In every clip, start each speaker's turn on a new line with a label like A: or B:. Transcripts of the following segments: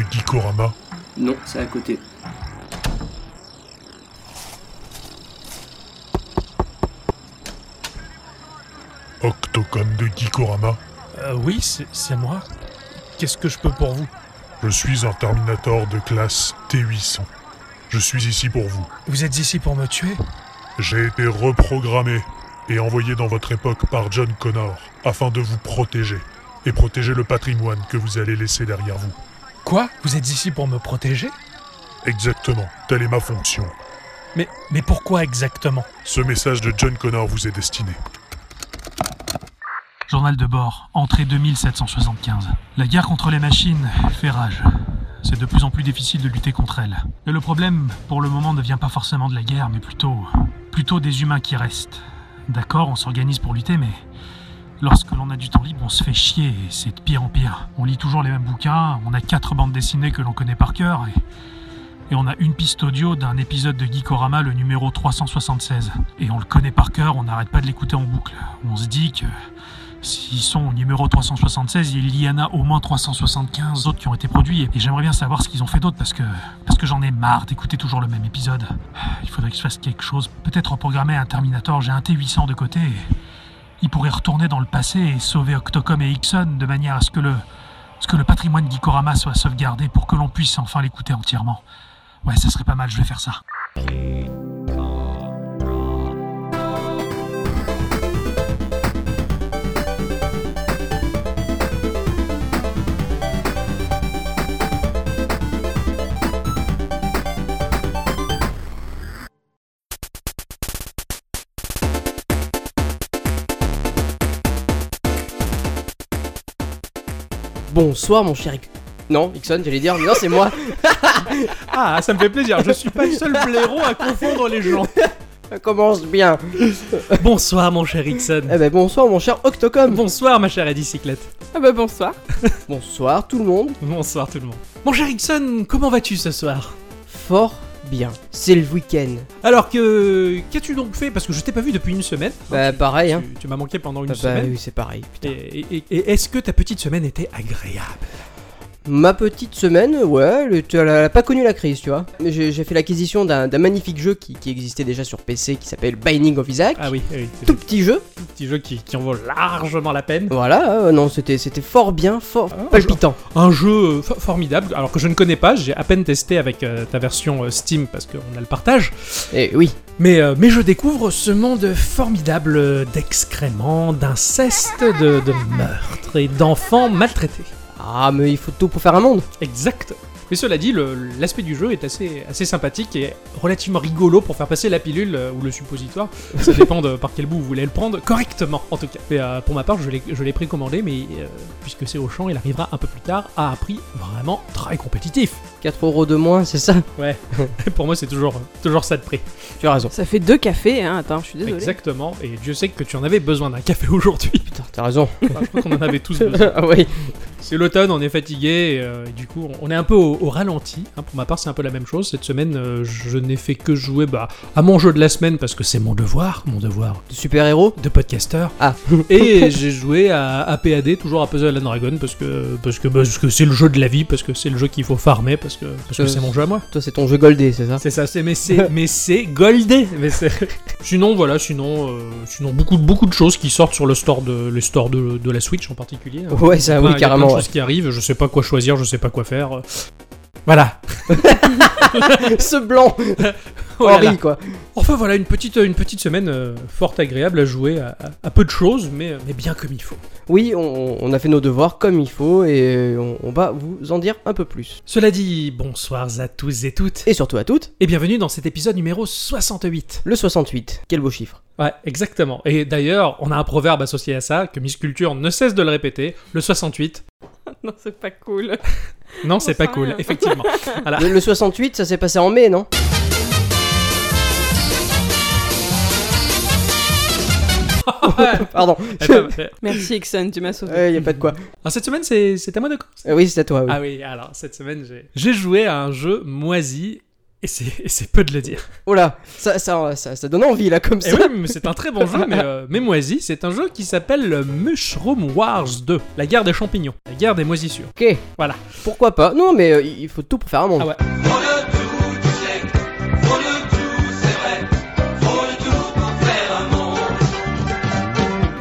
A: Conforama
B: Non, c'est à côté.
A: Octocom de Gikorama
C: Euh, oui, c'est c'est moi. Qu'est-ce que je peux pour vous
A: Je suis un Terminator de classe T800. Je suis ici pour vous.
C: Vous êtes ici pour me tuer
A: J'ai été reprogrammé et envoyé dans votre époque par John Connor afin de vous protéger et protéger le patrimoine que vous allez laisser derrière vous.
C: Quoi Vous êtes ici pour me protéger
A: Exactement, telle est ma fonction.
C: Mais, mais pourquoi exactement
A: Ce message de John Connor vous est destiné.
D: Journal de bord, entrée 2775. La guerre contre les machines fait rage. C'est de plus en plus difficile de lutter contre elles. Et le problème, pour le moment, ne vient pas forcément de la guerre, mais plutôt, plutôt des humains qui restent. D'accord, on s'organise pour lutter, mais lorsque l'on a du temps libre, on se fait chier et c'est de pire en pire. On lit toujours les mêmes bouquins, on a quatre bandes dessinées que l'on connaît par cœur et et on a une piste audio d'un épisode de Geekorama, le numéro 376. Et on le connaît par cœur, on n'arrête pas de l'écouter en boucle. On se dit que s'ils sont au numéro 376, il y en a au moins 375 autres qui ont été produits. Et j'aimerais bien savoir ce qu'ils ont fait d'autre parce que, parce que j'en ai marre d'écouter toujours le même épisode. Il faudrait que je fasse quelque chose. Peut-être reprogrammer un Terminator, j'ai un T800 de côté. et il pourrait retourner dans le passé et sauver Octocom et Ixon de manière à ce que le, ce que le patrimoine Geekorama soit sauvegardé pour que l'on puisse enfin l'écouter entièrement. Ouais, ça serait pas mal, je vais faire ça.
E: Bonsoir mon cher... Ix- Non, Ixon, j'allais dire, mais non, c'est moi.
F: Ah, ça me fait plaisir, je suis pas le seul blaireau à confondre les gens.
E: Ça commence bien.
F: Bonsoir mon cher Ixon.
E: Eh ben bonsoir mon cher Octocom.
F: Bonsoir ma chère Adicyclette.
G: Ah bah bonsoir.
E: Bonsoir tout le monde.
F: Bonsoir tout le monde. Mon cher Ixon, comment vas-tu ce soir
E: Fort bien. C'est le week-end.
F: Alors que... Qu'as-tu donc fait Parce que je t'ai pas vu depuis une semaine.
E: Bah pareil hein.
F: Ah, Tu, tu m'as manqué pendant une
E: Bah, bah,
F: semaine.
E: oui, c'est pareil.
F: Et, et- et- et est-ce que ta petite semaine était agréable
E: Ma petite semaine, ouais, le- tu- elle a pas connu la crise, tu vois. J'ai j'ai fait l'acquisition d'un d'un magnifique jeu qui, qui existait déjà sur PC qui s'appelle Binding of Isaac.
F: Ah oui, oui, c'est
E: Tout
F: le
E: petit jeu.
F: petit jeu qui, qui en vaut largement la peine.
E: Voilà, euh, non, c'était c'était fort bien, fort
F: Ah,
E: palpitant.
F: Un jeu euh, fo- formidable, alors que je ne connais pas, j'ai à peine testé avec euh, ta version euh, Steam parce qu'on a le partage.
E: Et Eh oui,
F: Mais, euh, mais je découvre ce monde formidable euh, d'excréments, d'inceste, de, de meurtres et d'enfants maltraités.
E: Ah, mais il faut tout pour faire un monde.
F: Exact. Mais cela dit, le- l'aspect du jeu est assez, assez sympathique et relativement rigolo pour faire passer la pilule euh, ou le suppositoire. Ça dépend de par quel bout vous voulez le prendre, correctement en tout cas. Mais, euh, pour ma part, je l'ai je l'ai précommandé, mais euh, puisque c'est au champ, il arrivera un peu plus tard à un prix vraiment très compétitif.
E: 4 euros de moins, c'est ça
F: pour moi, c'est toujours, toujours ça de prix.
E: Tu as raison.
G: Ça fait deux cafés, hein. Attends, je suis désolée.
F: Exactement, et Dieu sait que tu en avais besoin d'un café aujourd'hui.
E: Putain, t'as raison.
F: Enfin, je crois qu'on en avait tous besoin.
E: ah oui.
F: C'est l'automne, on est fatigué, et, euh, et du coup on est un peu au, au ralenti. hein. pour ma part c'est un peu la même chose. Cette semaine euh, je n'ai fait que jouer bah, à mon jeu de la semaine parce que c'est mon devoir, mon devoir
E: Super-héros
F: de podcasteur.
E: Ah.
F: et j'ai joué à, à PAD, toujours à Puzzle and Dragon, parce que parce que parce que c'est le jeu de la vie, parce que c'est le jeu qu'il faut farmer, parce que parce que
E: Euh,
F: c'est mon jeu à moi.
E: Toi, c'est ton jeu goldé, c'est ça
F: C'est ça, c'est mais c'est mais c'est goldé. Mais c'est- sinon voilà, sinon euh, sinon beaucoup beaucoup de choses qui sortent sur le store de le store de, de la Switch en particulier. hein.
E: Ouais, ça,
F: Enfin,
E: oui,
F: il y a plein de
E: carrément.
F: choses qui arrivent, je sais pas quoi choisir, je sais pas quoi faire. euh. Voilà.
E: ouais. Ce blanc,
F: Oh là
E: Henri,
F: là.
E: quoi.
F: Enfin voilà, une petite, une petite semaine euh, fort agréable à jouer à, à- à peu de choses, mais, euh, mais bien comme il faut.
E: Oui, on, on a fait nos devoirs comme il faut et on, on va vous en dire un peu plus.
F: Cela dit, bonsoirs à tous et toutes,
E: Et surtout à toutes,
F: et bienvenue dans cet épisode numéro 68.
E: le 68. Quel beau chiffre.
F: Ouais, exactement. Et d'ailleurs, on a un proverbe associé à ça, que Miss Culture ne cesse de le répéter, le 68.
G: non, c'est pas cool.
F: Non, c'est pas
G: sent
F: cool,
G: rien.
F: effectivement. Ah.
E: Le, le 68, ça s'est passé en mai, non Pardon.
F: Attends, euh,
G: Merci, Ixon, tu m'as sauvé.
E: Il y a pas de quoi.
F: alors, cette semaine, c'est c'est à moi de Ah quoi
E: Euh, oui, c'est à toi. oui.
F: Ah oui, alors cette semaine j'ai... j'ai joué à un jeu moisi Et c'est et c'est peu de le dire.
E: Oh là, ça, ça, ça, ça donne envie là comme
F: Et
E: ça.
F: Eh oui, mais c'est un très bon jeu, mais, euh, mais moisi. C'est un jeu qui s'appelle euh, Mushroom Wars 2, la guerre des champignons, la guerre des moisissures.
E: Ok,
F: Voilà.
E: pourquoi pas Non, mais euh, il faut tout pour faire un monde.
F: Ah ouais.
B: Faut le tout, tu sais, faut le tout, c'est vrai, faut le tout pour faire un monde.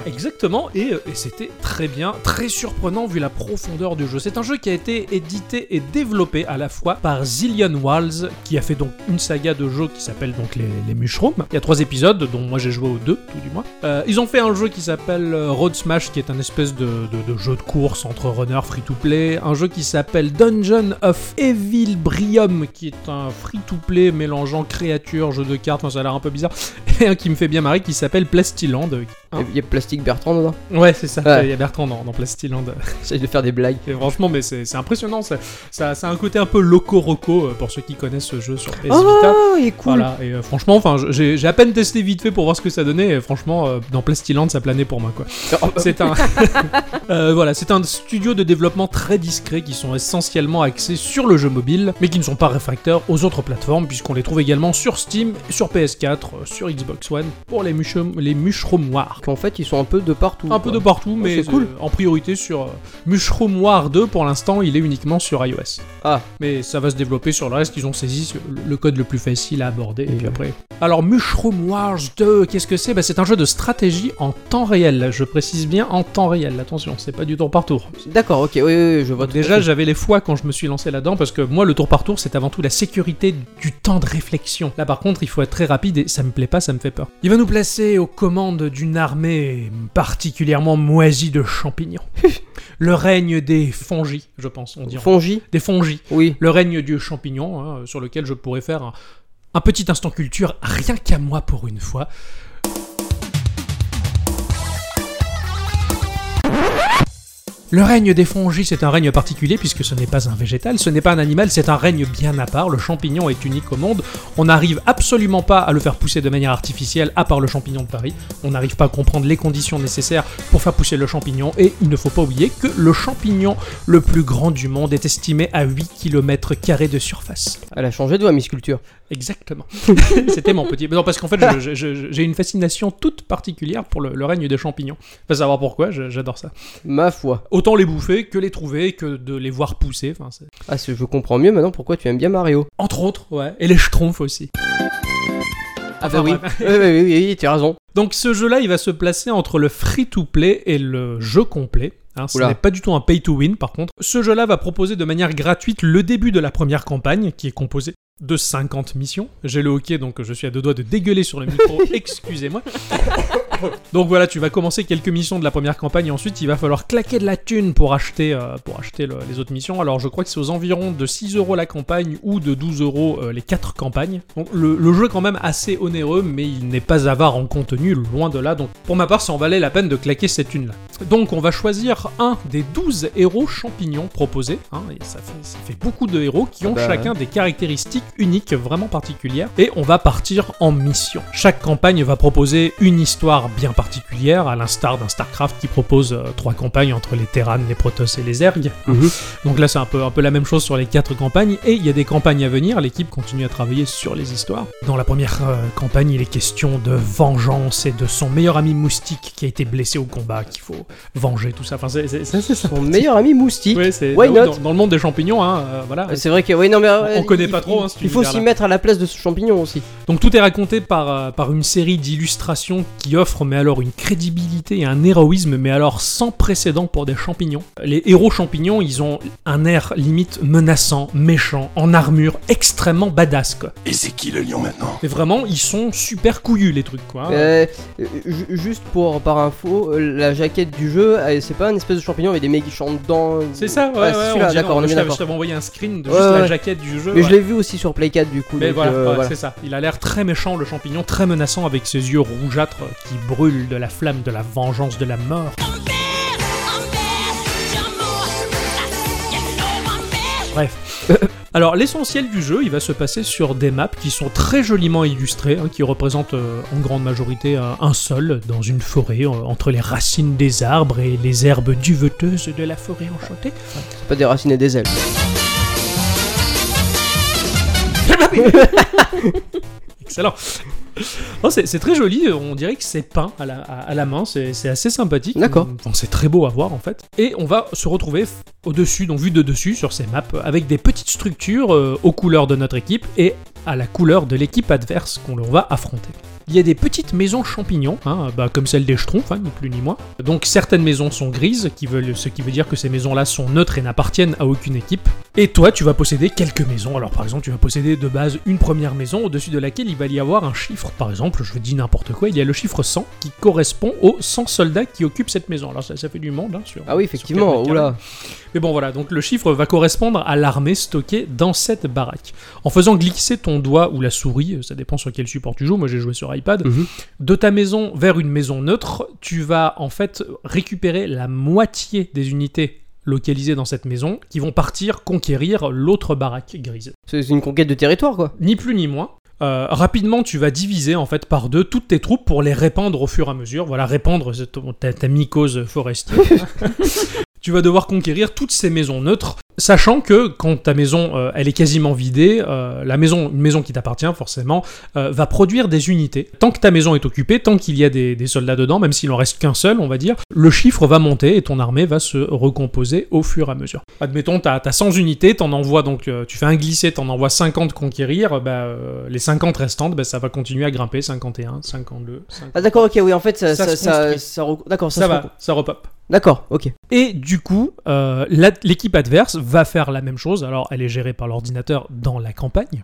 F: Exactement, et, euh, et c'était très bien, très surprenant vu la profondeur du jeu. C'est un jeu qui a été édité et développé à la fois par Zillion Walls, qui a fait donc une saga de jeux qui s'appelle donc les, les Mushrooms. Il y a trois épisodes, dont moi j'ai joué aux deux, tout du moins. Euh, ils ont fait un jeu qui s'appelle euh, Road Smash, qui est un espèce de, de- de jeu de course entre runner free-to-play. Un jeu qui s'appelle Dungeon of Evil Brium, qui est un free-to-play mélangeant créatures, jeu de cartes, enfin ça a l'air un peu bizarre. Et un qui me fait bien marrer, qui s'appelle Plastiland. euh,
E: Il y a- il y a Plastic Bertrand dedans.
F: Ouais, c'est ça.
E: Ouais.
F: Il y a Bertrand dans, dans Plastiland.
E: J'essaie de faire des blagues.
F: Et franchement, mais c'est c'est impressionnant. Ça, ça, ça a un côté un peu loco-roco euh, pour ceux qui connaissent ce jeu sur PS Vita.
E: Oh, il est cool.
F: Voilà, et euh, franchement, enfin, je- j'ai j'ai à peine testé vite fait pour voir ce que ça donnait. Et franchement, euh, dans Plastiland, ça planait pour moi, quoi.
E: Oh.
F: C'est un, Euh, voilà, c'est un studio de développement très discret qui sont essentiellement axés sur le jeu mobile, mais qui ne sont pas réfractaires aux autres plateformes puisqu'on les trouve également sur Steam, sur PS4, euh, sur Xbox One pour les mushrooms, les mushrooms noirs.
E: Qu'en fait, ils sont un peu de partout.
F: Un peu
E: quoi.
F: de partout, mais
E: c'est cool.
F: euh, en priorité sur euh, Mushroom War 2, pour l'instant, il est uniquement sur iOS.
E: Ah.
F: Mais ça va se développer sur le reste, ils ont saisi sur- le code le plus facile à aborder, et puis après... Alors, Mushroom Wars 2, qu'est-ce que c'est bah, C'est un jeu de stratégie en temps réel, je précise bien en temps réel, attention, c'est pas du tour par tour.
E: D'accord, ok, oui, oui, oui, je vois. tout à
F: Déjà,
E: fait.
F: j'avais les fois quand je me suis lancé là-dedans, parce que moi, le tour par tour, c'est avant tout la sécurité du temps de réflexion. Là, par contre, il faut être très rapide et ça me plaît pas, ça me fait peur. Il va nous placer aux commandes d'une armée particulièrement moisie de champignons. le règne des fongis, je pense, on dit. en-
E: Fongi,
F: Des fongis.
E: oui.
F: Le règne du champignon, hein, sur lequel je pourrais faire un, un petit instant culture, rien qu'à moi pour une fois. Le règne des fongis, c'est un règne particulier puisque ce n'est pas un végétal, ce n'est pas un animal, c'est un règne bien à part. Le champignon est unique au monde. On n'arrive absolument pas à le faire pousser de manière artificielle, à part le champignon de Paris. On n'arrive pas à comprendre les conditions nécessaires pour faire pousser le champignon. Et il ne faut pas oublier que le champignon le plus grand du monde est estimé à 8 km de surface.
E: Elle a changé de voix, Miss Culture.
F: Exactement. C'était mon petit. Non, parce qu'en fait, je- je- je- j'ai une fascination toute particulière pour le, le règne des champignons. Pas savoir pourquoi, je- j'adore ça.
E: Ma foi.
F: Autant les bouffer que les trouver, que de les voir pousser. Enfin, c'est-
E: Ah, c'est- je comprends mieux maintenant pourquoi tu aimes bien Mario.
F: Entre autres, ouais. Et les schtroumpfs aussi.
E: Ah, bah oui.
F: ouais.
E: oui, oui, oui, oui, tu as raison.
F: Donc ce jeu-là, il va se placer entre le free-to-play et le jeu complet. Hein, ce
E: Oula.
F: n'est pas du tout un pay-to-win par contre. Ce jeu-là va proposer de manière gratuite le début de la première campagne, qui est composée de 50 missions. J'ai le hockey, donc je suis à deux doigts de dégueuler sur le micro, excusez-moi. Donc voilà, tu vas commencer quelques missions de la première campagne, et ensuite il va falloir claquer de la thune pour acheter, euh, pour acheter le- les autres missions. Alors je crois que c'est aux environs de 6 euros la campagne ou de 12 euros euh, les 4 campagnes. Donc le, le jeu est quand même assez onéreux, mais il n'est pas avare en contenu, loin de là. Donc pour ma part, ça en valait la peine de claquer cette thune là. Donc on va choisir un des 12 héros champignons proposés. hein, et ça fait, ça fait beaucoup de héros qui
E: Ah
F: ont
E: bah,
F: chacun chacun des caractéristiques uniques vraiment particulières et on va partir en mission. Chaque campagne va proposer une histoire bien particulière, à l'instar d'un StarCraft qui propose euh, trois campagnes entre les Terrans, les Protoss et les Ergs.
E: Mhm.
F: Donc là c'est un peu, un peu la même chose sur les quatre campagnes et il y a des campagnes à venir, l'équipe continue à travailler sur les histoires. Dans la première euh, campagne il est question de vengeance et de son meilleur ami moustique qui a été blessé au combat, qu'il faut venger tout ça. Enfin c'est- c'est c'est- c'est ça.
E: Ton meilleur ami moustique.
F: Ouais, c'est-
E: Why
F: dans,
E: not
F: dans le monde des champignons, hein, euh, voilà,
E: Euh, C'est vrai que. Oui, non, mais. euh,
F: On connaît
E: il-
F: pas trop, hein, cet
E: Il faut s'y
F: univers-là.
E: mettre à la place de ce champignon aussi.
F: Donc tout est raconté par, euh, par une série d'illustrations qui offrent mais alors une crédibilité et un héroïsme mais alors sans précédent pour des champignons. Les héros champignons, ils ont un air limite menaçant, méchant, en armure, extrêmement badass quoi.
B: Et c'est qui le lion maintenant
F: Mais vraiment, ils sont super couillus les trucs quoi.
E: Euh, euh, ju- juste pour par info, euh, la jaquette du jeu, euh, c'est pas une espèce de champignon avec des mecs qui chantent dedans.
F: C'est ça, ouais, ouais,
E: c'est
F: on
E: celui-là,
F: dirait-
E: d'accord, on est
F: je
E: bien
F: t'avais-
E: d'accord.
F: je t'avais envoyé un screen de
E: Ouais,
F: juste la
E: ouais.
F: jaquette du jeu.
E: Mais
F: ouais.
E: je l'ai vu aussi sur Play 4 du coup.
F: Mais
E: donc,
F: voilà,
E: euh,
F: ouais,
E: voilà.
F: c'est ça. Il a l'air très méchant, le champignon, très menaçant avec ses yeux rougeâtres qui brûlent de la flamme, de la vengeance, de la mort. Bref. Alors l'essentiel du jeu, il va se passer sur des maps qui sont très joliment illustrées, hein, qui représentent euh, en grande majorité euh, un sol dans une forêt, euh, entre les racines des arbres et les herbes duveteuses de la forêt enchantée.
E: C'est pas des racines et des ailes.
F: Excellent. Non, c'est c'est très joli, on dirait que c'est peint à la, à, à la main, c'est c'est assez sympathique.
E: D'accord.
F: Enfin, c'est très beau à voir en fait. Et on va se retrouver f- au-dessus, donc vue de dessus sur ces maps, avec des petites structures euh, aux couleurs de notre équipe et à la couleur de l'équipe adverse qu'on leur va affronter. Il y a des petites maisons champignons, hein, bah, comme celle des Schtroumpfs, hein, ni plus ni moins. Donc certaines maisons sont grises, qui veulent, ce qui veut dire que ces maisons-là sont neutres et n'appartiennent à aucune équipe. Et toi, tu vas posséder quelques maisons. Alors par exemple, tu vas posséder de base une première maison au-dessus de laquelle il va y avoir un chiffre. Par exemple, je dis n'importe quoi, il y a le chiffre 100 qui correspond aux 100 soldats qui occupent cette maison. Alors ça, ça fait du monde, hein, sur-
E: Ah oui,
F: sur
E: effectivement,
F: quatre mètres
E: oula.
F: mais bon voilà, donc le chiffre va correspondre à l'armée stockée dans cette baraque. En faisant glisser ton doigt ou la souris, euh, ça dépend sur quel support tu joues, moi j'ai joué sur iPad,
E: Mhm.
F: de ta maison vers une maison neutre, tu vas en fait récupérer la moitié des unités localisées dans cette maison qui vont partir conquérir l'autre baraque grise.
E: C'est c'est une conquête de territoire, quoi.
F: Ni plus ni moins. Euh, rapidement, tu vas diviser en fait par deux toutes tes troupes pour les répandre au fur et à mesure. Voilà, répandre ce- ton- ta, ta mycose forestière. tu vas devoir conquérir toutes ces maisons neutres, sachant que quand ta maison euh, elle est quasiment vidée, euh, la maison, une maison qui t'appartient forcément, euh, va produire des unités. Tant que ta maison est occupée, tant qu'il y a des, des soldats dedans, même s'il en reste qu'un seul, on va dire, le chiffre va monter et ton armée va se recomposer au fur et à mesure. Admettons, t'as as 100 unités, t'en envoies donc, euh, tu fais un glissé, t'en envoies 50 conquérir, euh, bah, euh, les 50 restantes, bah, ça va continuer à grimper, 51, 52, 50.
E: Ah d'accord, ok, oui, en fait, ça,
F: Ça
E: ça,
F: se
E: ça,
F: construit.
E: ça rec- d'accord, ça,
F: Ça
E: se
F: va,
E: rec-
F: ça repop.
E: D'accord, ok.
F: Et du coup, euh, la- l'équipe adverse va faire la même chose. Alors, elle est gérée par l'ordinateur dans la campagne.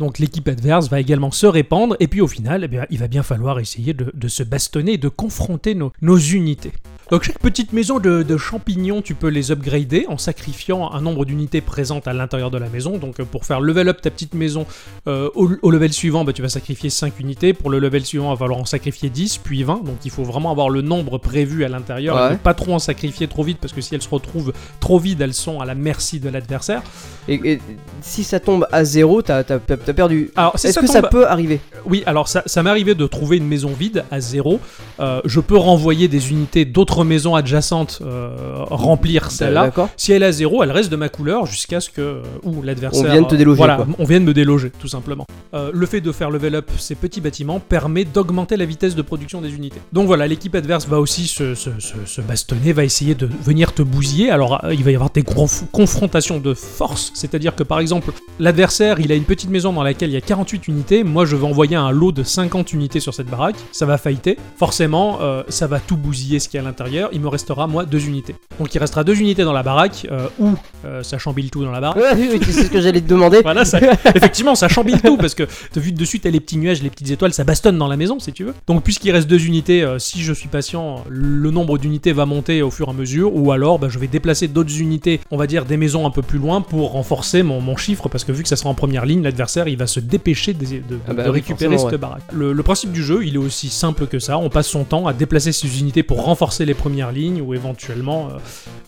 F: Donc, l'équipe adverse va également se répandre. Et puis, au final, eh bien, il va bien falloir essayer de, de se bastonner et de confronter nos, nos unités. Donc, chaque petite maison de, de champignons, tu peux les upgrader en sacrifiant un nombre d'unités présentes à l'intérieur de la maison. Donc, euh, pour faire level up ta petite maison euh, au, au level suivant, bah, tu vas sacrifier 5 unités. Pour le level suivant, il va falloir en sacrifier 10, puis 20. Donc, il faut vraiment avoir le nombre prévu à l'intérieur et
E: Ouais.
F: ne pas trop en sacrifier trop vite parce que si elles se retrouvent trop vides, elles sont à la merci de l'adversaire.
E: Et, et si ça tombe à zéro, t'as t'as- t'as- t'as perdu.
F: Alors, si
E: Est-ce
F: ça
E: que
F: tombe-
E: ça peut arriver
F: Oui, alors ça, ça m'est arrivé de trouver une maison vide à zéro. Euh, je peux renvoyer des unités d'autres maisons adjacentes euh,
E: Bah,
F: remplir celle-là.
E: D'accord.
F: Si elle est à zéro, elle reste de ma couleur jusqu'à ce que euh, ou l'adversaire. euh,
E: On vient de te déloger,
F: Voilà,
E: quoi.
F: on vient de me déloger, tout simplement. Euh, le fait de faire level up ces petits bâtiments permet d'augmenter la vitesse de production des unités. Donc voilà, l'équipe adverse va aussi se, se- se- se bastonner, va essayer de venir te bousiller. Alors euh, il va y avoir des gros- confrontations de force, c'est-à-dire que par exemple, l'adversaire il a une petite maison dans laquelle il y a 48 unités. Moi je vais envoyer un lot de 50 unités sur cette baraque. Ça va fighter. Forcément, euh, ça va tout bousiller ce qu'il y a à l'intérieur. Il me restera moi deux unités. Donc il restera deux unités dans la baraque, euh, ou euh, ça chambille tout dans la baraque.
E: Ouais, oui, oui, c'est ce que j'allais te demander.
F: Voilà, ça- effectivement, ça chambille tout parce que de vu de dessus, t'as les petits nuages, les petites étoiles, ça bastonne dans la maison si tu veux. Donc, puisqu'il reste deux unités, euh, si je suis patient, le nombre d'unités va monter au fur et à mesure, ou alors bah, je vais déplacer d'autres unités, on va dire des maisons un peu plus loin pour renforcer mon, mon chiffre parce que vu que ça sera en première ligne, l'adversaire il va se dépêcher de, de-
E: Ah bah
F: de
E: oui,
F: récupérer
E: forcément,
F: cette baraque. Le, le principe du jeu, il est aussi simple que ça. On passe son temps à déplacer ces unités pour renforcer les premières lignes ou éventuellement euh,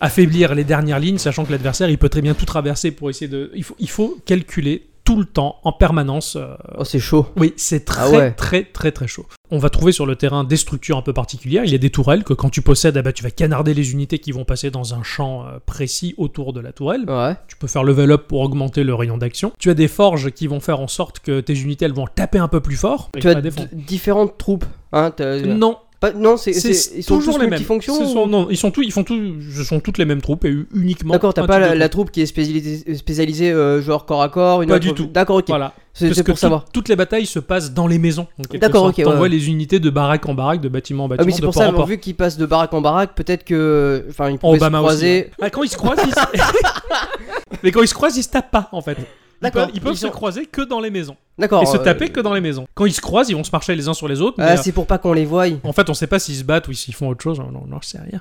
F: affaiblir les dernières lignes, sachant que l'adversaire il peut très bien tout traverser pour essayer de. Il faut, il faut calculer tout le temps, en permanence. euh,
E: Oh, c'est chaud.
F: Oui, c'est très,
E: Ah ouais.
F: très, très, très chaud. On va trouver sur le terrain des structures un peu particulières. Il y a des tourelles que quand tu possèdes, eh ben, tu vas canarder les unités qui vont passer dans un champ euh, précis autour de la tourelle.
E: Ouais.
F: Tu peux faire level up pour augmenter le rayon d'action. Tu as des forges qui vont faire en sorte que tes unités elles vont taper un peu plus fort. et
E: Tu as
F: pas
E: d-
F: défendre.
E: différentes troupes. Hein, t'as-
F: Non,
E: Pas- non, c'est,
F: c'est
E: c'est- ils sont
F: toujours
E: tous
F: les mêmes.
E: multifonctions
F: Ce
E: ou-
F: sont- non, ils sont tous, ils font tous, ce sont toutes les mêmes troupes et uniquement.
E: D'accord, t'as
F: un
E: pas
F: type
E: la,
F: de
E: la
F: troupe.
E: troupe qui est spécialisée, spécialisée euh, genre corps à corps une
F: Pas
E: autre-
F: du tout.
E: D'accord, ok.
F: Voilà.
E: C'est,
F: Parce
E: c'est
F: que Bah,
E: pour
F: tout-
E: savoir.
F: toutes les batailles se passent dans les maisons. en quelque
E: D'accord,
F: sorte.
E: ok, ouais,
F: T'envoies
E: ouais.
F: les unités de baraque en baraque, de bâtiment en
E: Ah
F: bâtiment,
E: oui, c'est
F: de
E: pour
F: port
E: ça,
F: en
E: alors,
F: port.
E: vu qu'ils passent de baraque en baraque, peut-être que. Enfin, ils pouvaient
F: Obama
E: se
F: aussi,
E: croiser.
F: Ah, quand ils se croisent, ils se- mais quand ils se croisent, ils se tapent pas en fait. Ils
E: D'accord,
F: peuvent- Ils peuvent
E: ils
F: se
E: sont-
F: croiser que dans les maisons
E: D'accord.
F: et se
E: euh,
F: taper que dans les maisons. Quand ils se croisent, ils vont se marcher les uns sur les autres.
E: Ah,
F: mais, euh,
E: c'est pour pas qu'on les voie.
F: En fait, on sait pas s'ils se battent ou s'ils font autre chose. On n'en sait rien.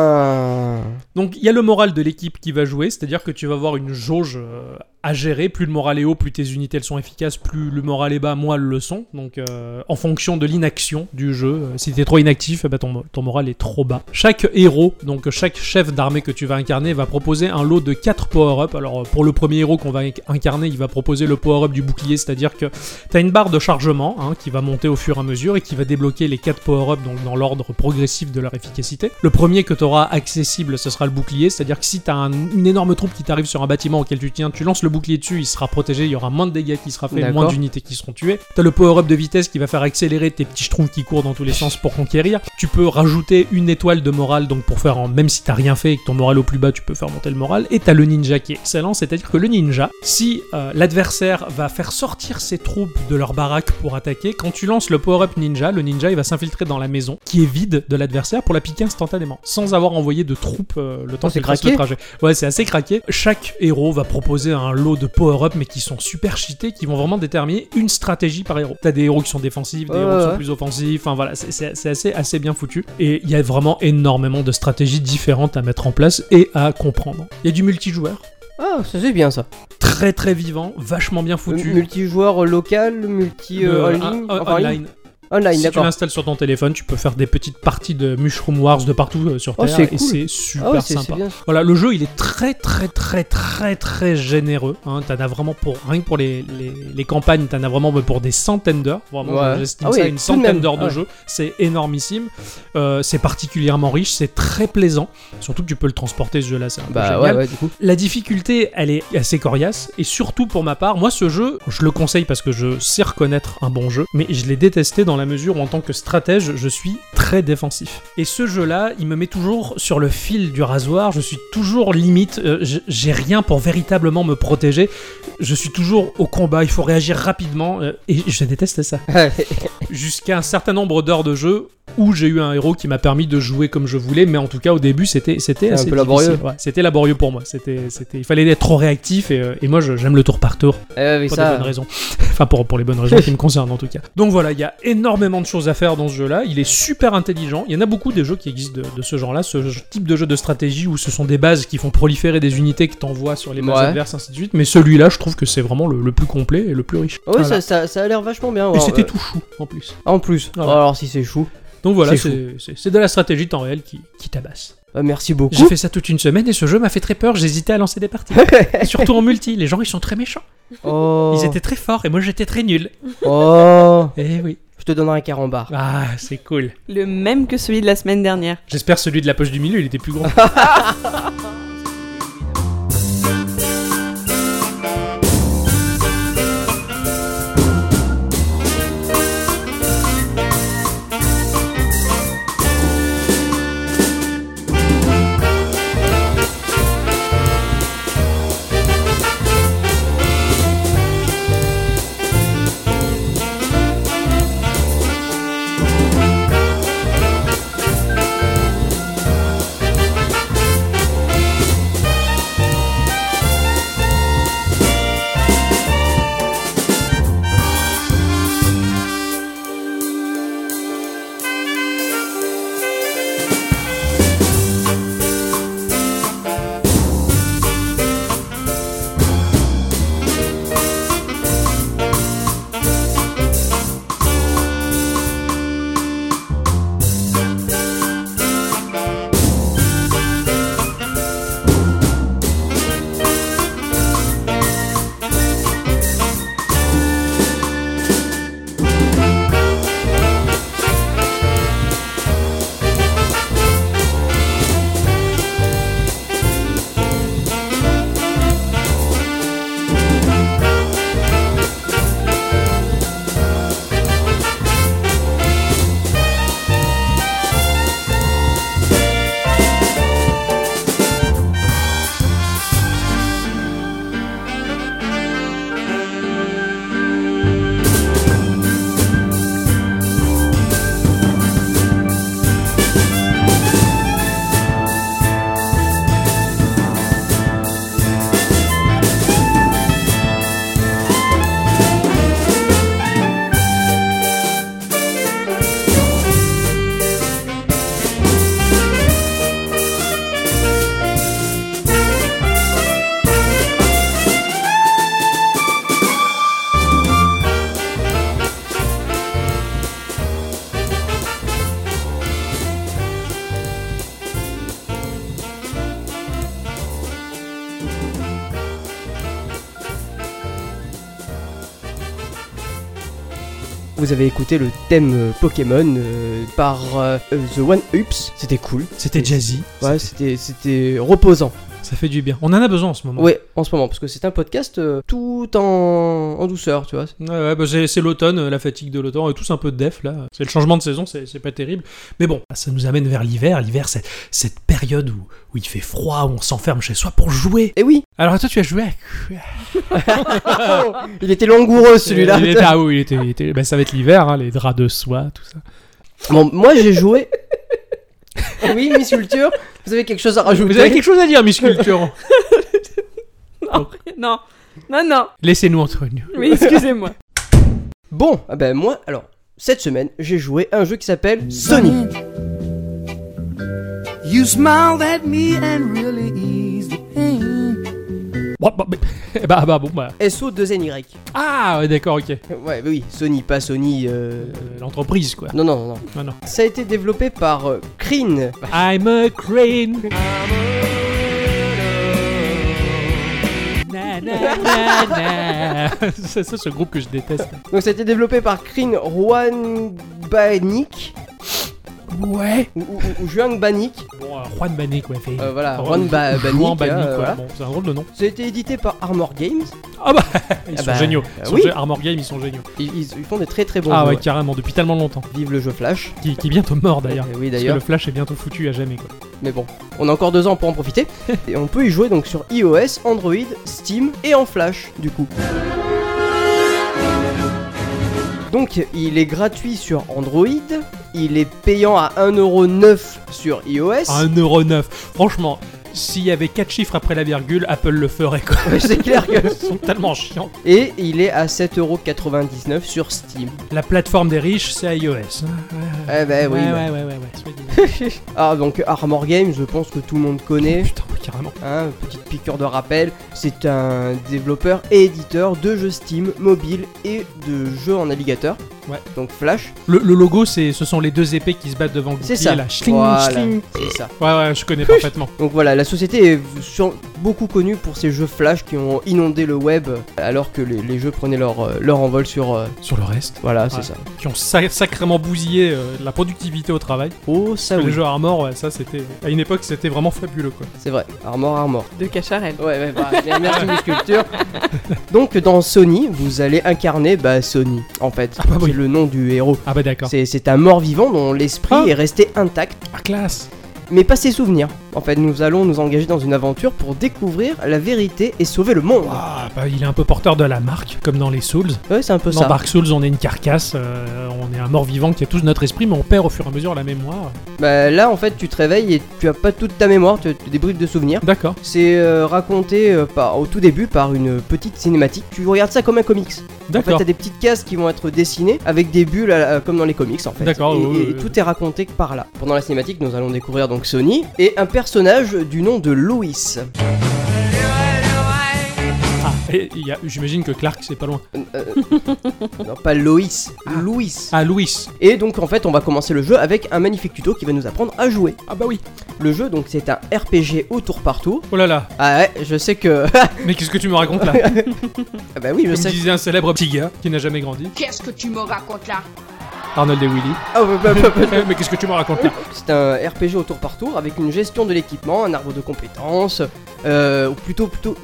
E: Ah.
F: Donc il y a le moral de l'équipe qui va jouer, c'est-à-dire que tu vas avoir une jauge euh, à gérer. Plus le moral est haut, plus tes unités elles sont efficaces, plus le moral est bas, moins elles le sont. Donc euh, en fonction de l'inaction du jeu, euh, si t'es trop inactif, eh ben, ton, ton moral est trop bas. Chaque héros, donc chaque chef d'armée que tu vas incarner, va proposer un lot de 4 power-up. Alors euh, pour le premier héros qu'on va inc- incarner, il va proposer le power-up du bouclier, c'est-à-dire C'est-à-dire que t'as une barre de chargement hein, qui va monter au fur et à mesure et qui va débloquer les 4 power-ups donc dans l'ordre progressif de leur efficacité. Le premier que t'auras accessible, ce sera le bouclier. C'est-à-dire que si t'as un- une énorme troupe qui t'arrive sur un bâtiment auquel tu tiens, tu lances le bouclier dessus, il sera protégé, il y aura moins de dégâts qui sera fait, moins
E: D'accord.
F: d'unités qui seront tuées. T'as le power-up de vitesse qui va faire accélérer tes petits schtroumpfs qui courent dans tous les sens pour conquérir. Tu peux rajouter une étoile de morale, donc pour faire en, même si t'as rien fait et que ton moral au plus bas, tu peux faire monter le moral. Et t'as le ninja qui est excellent, c'est-à-dire que le ninja, si euh, l'adversaire va faire sortir ses troupes de leur baraque pour attaquer, quand tu lances le power-up ninja, le ninja il va s'infiltrer dans la maison qui est vide de l'adversaire pour la piquer instantanément, sans avoir envoyé de troupes euh, le temps
E: c'est
F: qu'elle fasse le
E: craqué.
F: trajet. Ouais, c'est assez craqué. Chaque héros va proposer un lot de power-up, mais qui sont super cheatés, qui vont vraiment déterminer une stratégie par héros. T'as des héros qui sont défensifs, des
E: Ouais,
F: héros qui
E: ouais,
F: sont
E: ouais.
F: plus offensifs, enfin voilà, c'est- c'est c'est assez, assez bien foutu. Et il y a vraiment énormément de stratégies différentes à mettre en place et à comprendre. Il y a du multijoueur,
E: Ah, ça c'est bien ça.
F: très très vivant, vachement bien foutu.
E: Euh, Multijoueur local, multi
F: Le-
E: euh, en
F: un-
E: ligne,
F: un-
E: enfin, en ligne.
F: ah, online.
E: Online,
F: si tu
E: d'accord.
F: l'installes sur ton téléphone, tu peux faire des petites parties de Mushroom Wars de partout euh, sur
E: Oh,
F: Terre
E: c'est
F: et
E: cool.
F: c'est super
E: Ah ouais, c'est c'est
F: sympa.
E: bien.
F: Voilà, le jeu il est très très très très très généreux. Hein. T'en as vraiment pour rien que pour les, les, les campagnes, t'en as vraiment pour des centaines d'heures. Vraiment,
E: Ouais.
F: j'estime
E: Ah
F: ça
E: oui,
F: à une
E: tout de même.
F: centaine d'heures de
E: Ouais.
F: jeu. C'est énormissime. Euh, c'est particulièrement riche, c'est très plaisant. Surtout que tu peux le transporter ce jeu-là, c'est un peu
E: Bah
F: génial.
E: ouais, ouais, du coup.
F: La difficulté, elle est assez coriace, et surtout pour ma part, moi ce jeu, je le conseille parce que je sais reconnaître un bon jeu, mais je l'ai détesté dans la mesure où en tant que stratège, je suis très défensif. Et ce jeu-là, il me met toujours sur le fil du rasoir, je suis toujours limite, euh, j- j'ai rien pour véritablement me protéger, je suis toujours au combat, il faut réagir rapidement, euh, et je déteste ça
E: Ah
F: jusqu'à un certain nombre d'heures de jeu où j'ai eu un héros qui m'a permis de jouer comme je voulais, mais en tout cas au début c'était c'était
E: C'est un
F: assez
E: peu laborieux.
F: difficile. Ouais, c'était laborieux pour moi. C'était c'était il fallait être trop réactif et, euh, et moi je- j'aime le tour par tour
E: Euh, mais
F: pour
E: ça,
F: des bonnes raisons. enfin pour pour les bonnes raisons qui me concernent en tout cas. Donc voilà, il y a énormément de choses à faire dans ce jeu-là. Il est super intelligent. Il y en a beaucoup des jeux qui existent de, de ce genre-là, ce type de jeu de stratégie où ce sont des bases qui font proliférer des unités que t'envoies sur les bases
E: Ouais.
F: adverses ainsi de suite. Mais celui-là, je trouve que c'est vraiment le, le plus complet et le plus riche.
E: Ah ouais, ça,
F: Voilà.
E: ça, ça a l'air vachement bien.
F: Et
E: alors,
F: c'était
E: euh,
F: tout chou en plus.
E: En plus. Oh,
F: Ah ouais.
E: Alors si c'est chou.
F: Donc voilà,
E: C'est
F: c'est c'est- c'est de la stratégie temps réel qui, qui tabasse.
E: Bah, merci beaucoup.
F: J'ai fait ça toute une semaine et ce jeu m'a fait très peur, j'hésitais à lancer des parties. Surtout en multi, les gens ils sont très méchants.
E: Oh.
F: Ils étaient très forts et moi j'étais très nul.
E: Oh.
F: Eh oui.
E: Je te donnerai un carambar.
F: Ah, c'est cool.
G: Le même que celui de la semaine dernière.
F: J'espère celui de la poche du milieu, il était plus grand.
E: Vous avez écouté le thème euh, Pokémon euh, par euh, euh, The One Ups. C'était cool.
F: C'était jazzy.
E: Ouais, c'était c'était reposant.
F: Ça fait du bien. On en a besoin en ce moment.
E: Ouais, en ce moment, parce que c'est un podcast euh, tout en, en douceur, tu vois.
F: Ouais, ouais, bah, c'est c'est l'automne, euh, la fatigue de l'automne, on est tous un peu def là. C'est le changement de saison, c'est c'est pas terrible. Mais bon, ça nous amène vers l'hiver. L'hiver, c'est cette période où, où il fait froid, où on s'enferme chez soi pour jouer.
E: Et oui,
F: Alors toi, tu as joué à
E: Oh, il était langoureux celui-là.
F: Il était- ah oui, il était, il était- bah, ça va être l'hiver, hein, les draps de soie, tout ça.
E: Bon, moi j'ai joué. oui, Miss Culture, vous avez quelque chose à rajouter
F: Vous avez quelque chose à dire, Miss Culture
G: Non, non, non, non.
F: Laissez-nous entre nous.
G: Oui, excusez-moi.
E: Bon, ah ben moi, alors, cette semaine, j'ai joué à un jeu qui s'appelle Sonic.
H: You smiled at me and really eased the pain.
F: Bon, bon, mais- eh bah, bah, bon, bah.
E: SO2NY.
F: Ah, ouais, d'accord, ok.
E: Ouais, bah oui, Sony, pas Sony. euh,
F: Euh, L'entreprise, quoi.
E: Non, non, non, non.
F: Ah, Non, non.
E: Ça a été développé par euh, Kreen.
F: I'm a crane. Na, na, na, na. C'est ça, ce groupe que je déteste.
E: Donc ça a été développé par Kreen Juan Banik.
F: Ouais.
E: Ou, ou, ou Juan Banik.
F: Bon, euh, Juan Mané, quoi. Fait...
E: Euh, voilà, Juan Ba- Banik.
F: Juan Banik,
E: hein,
F: quoi.
E: voilà.
F: Bon, c'est un drôle de nom.
E: Ça a été édité par Armor Games.
F: Ah bah, ils
E: Ah
F: sont
E: bah,
F: géniaux. Ils
E: euh,
F: sont
E: oui.
F: gé- Armor Game, ils sont géniaux.
E: Ils, ils- ils font des très très bons
F: ah
E: jeux.
F: ouais,
E: ouais.
F: carrément, depuis tellement longtemps.
E: Vive le jeu Flash.
F: Qui, qui est bientôt mort, d'ailleurs.
E: Euh, oui,
F: Parce que
E: d'ailleurs.
F: le Flash est bientôt foutu à jamais, quoi.
E: Mais bon, on a encore deux ans pour en profiter. et on peut y jouer donc sur iOS, Android, Steam et en Flash, du coup. Donc il est gratuit sur Android, il est payant à 1,9€ sur iOS.
F: À 1,9€. Franchement, s'il y avait 4 chiffres après la virgule, Apple le ferait, quoi.
E: Ouais, C'est clair que...
F: Ils sont tellement chiants.
E: Et il est à 7,99€ sur Steam.
F: La plateforme des riches, c'est iOS. hein.
E: Eh ben oui.
F: ouais,
E: bah.
F: ouais, ouais, ouais, ouais, soyez-
E: Ah donc Armor Games, je pense que tout le monde connaît.
F: Putain, ouais, carrément.
E: Hein, petite piqûre de rappel, c'est un développeur et éditeur de jeux Steam, mobile et de jeux en navigateur.
F: Ouais.
E: Donc Flash,
F: Le, le logo, c'est, ce sont les deux épées qui se battent devant le
E: c'est
F: bouclier,
E: ça.
F: là. Schling,
E: Voilà,
F: schling.
E: c'est ça.
F: Ouais, ouais, je connais parfaitement.
E: Donc voilà, la société est sur- beaucoup connue pour ces jeux Flash qui ont inondé le web alors que les, les jeux prenaient leur, euh, leur envol sur. euh,
F: Sur le reste,
E: voilà, c'est
F: Ouais.
E: ça.
F: qui ont sa- sacrément bousillé euh, la productivité au travail.
E: Oh, ça
F: les
E: oui,
F: jeux Armor, ouais, ça, c'était. À une époque, c'était vraiment fabuleux, quoi.
E: c'est vrai. Armor, Armor.
G: De Cacharel.
E: Ouais, ouais, bah, merci Miss Culture. Donc dans Sony, vous allez incarner bah, Sony, en fait.
F: bah oui.
E: C'est le nom du héros.
F: Ah, bah, d'accord.
E: C'est c'est un mort-vivant dont l'esprit
F: Ah.
E: est resté intact.
F: Ah, classe.
E: mais pas ses souvenirs. En fait, nous allons nous engager dans une aventure pour découvrir la vérité et sauver le monde.
F: Ah, bah, il est un peu porteur de la marque, comme dans les Souls.
E: Ouais, c'est un peu
F: Dans
E: ça.
F: Dark Souls, on est une carcasse, euh, on est un mort-vivant qui a tous notre esprit, mais on perd au fur et à mesure la mémoire.
E: Bah, là, en fait, tu te réveilles et tu as pas toute ta mémoire, tu as des bribes de souvenirs.
F: D'accord.
E: C'est euh, raconté euh, par, au tout début par une petite cinématique. Tu regardes ça comme un comics. En fait,
F: D'accord.
E: t'as des petites cases qui vont être dessinées avec des bulles à la- comme dans les comics en fait.
F: D'accord,
E: Et,
F: ouais, ouais,
E: et
F: ouais.
E: tout est raconté par là. Pendant la cinématique, nous allons découvrir donc Sony et un personnage du nom de Lois.
F: Ah, et il y a- j'imagine que Clark, c'est pas loin.
E: Euh, euh, non, pas Lois, Louis.
F: Ah, Louis.
E: Et donc en fait on va commencer le jeu avec un magnifique tuto qui va nous apprendre à jouer.
F: Ah, bah oui.
E: Le jeu donc c'est un RPG au tour par tour.
F: Oh là là.
E: Ah ouais, je sais que...
F: Mais qu'est-ce que tu me racontes là
E: ah bah oui je
F: Comme
E: sais... que-
F: disait un célèbre petit gars qui n'a jamais grandi,
I: Qu'est-ce que tu me racontes là
F: Arnold et Willy.
E: Ah, bah, bah, bah, bah.
F: Eh, Mais qu'est-ce que tu me racontes là
E: c'est un RPG au tour par tour avec une gestion de l'équipement, un arbre de compétences, euh, ou plutôt plutôt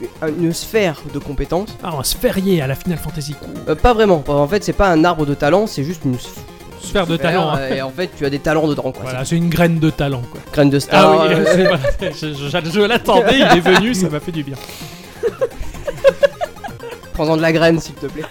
E: une sphère de compétences.
F: Ah, un sphérié à la Final Fantasy.
E: Euh, pas vraiment, en fait c'est pas un arbre de talent, c'est juste une sphère.
F: Sphère de talent. hein.
E: euh, Et en fait tu as des talents dedans quoi.
F: Voilà, c'est une graine de talent quoi.
E: C'est une Graine de
F: Ah
E: star.
F: oui,
E: euh,
F: c'est- voilà, je, je- je l'attendais, il est venu, ça m'a fait du bien.
E: Prends-en de la graine, s'il te plaît.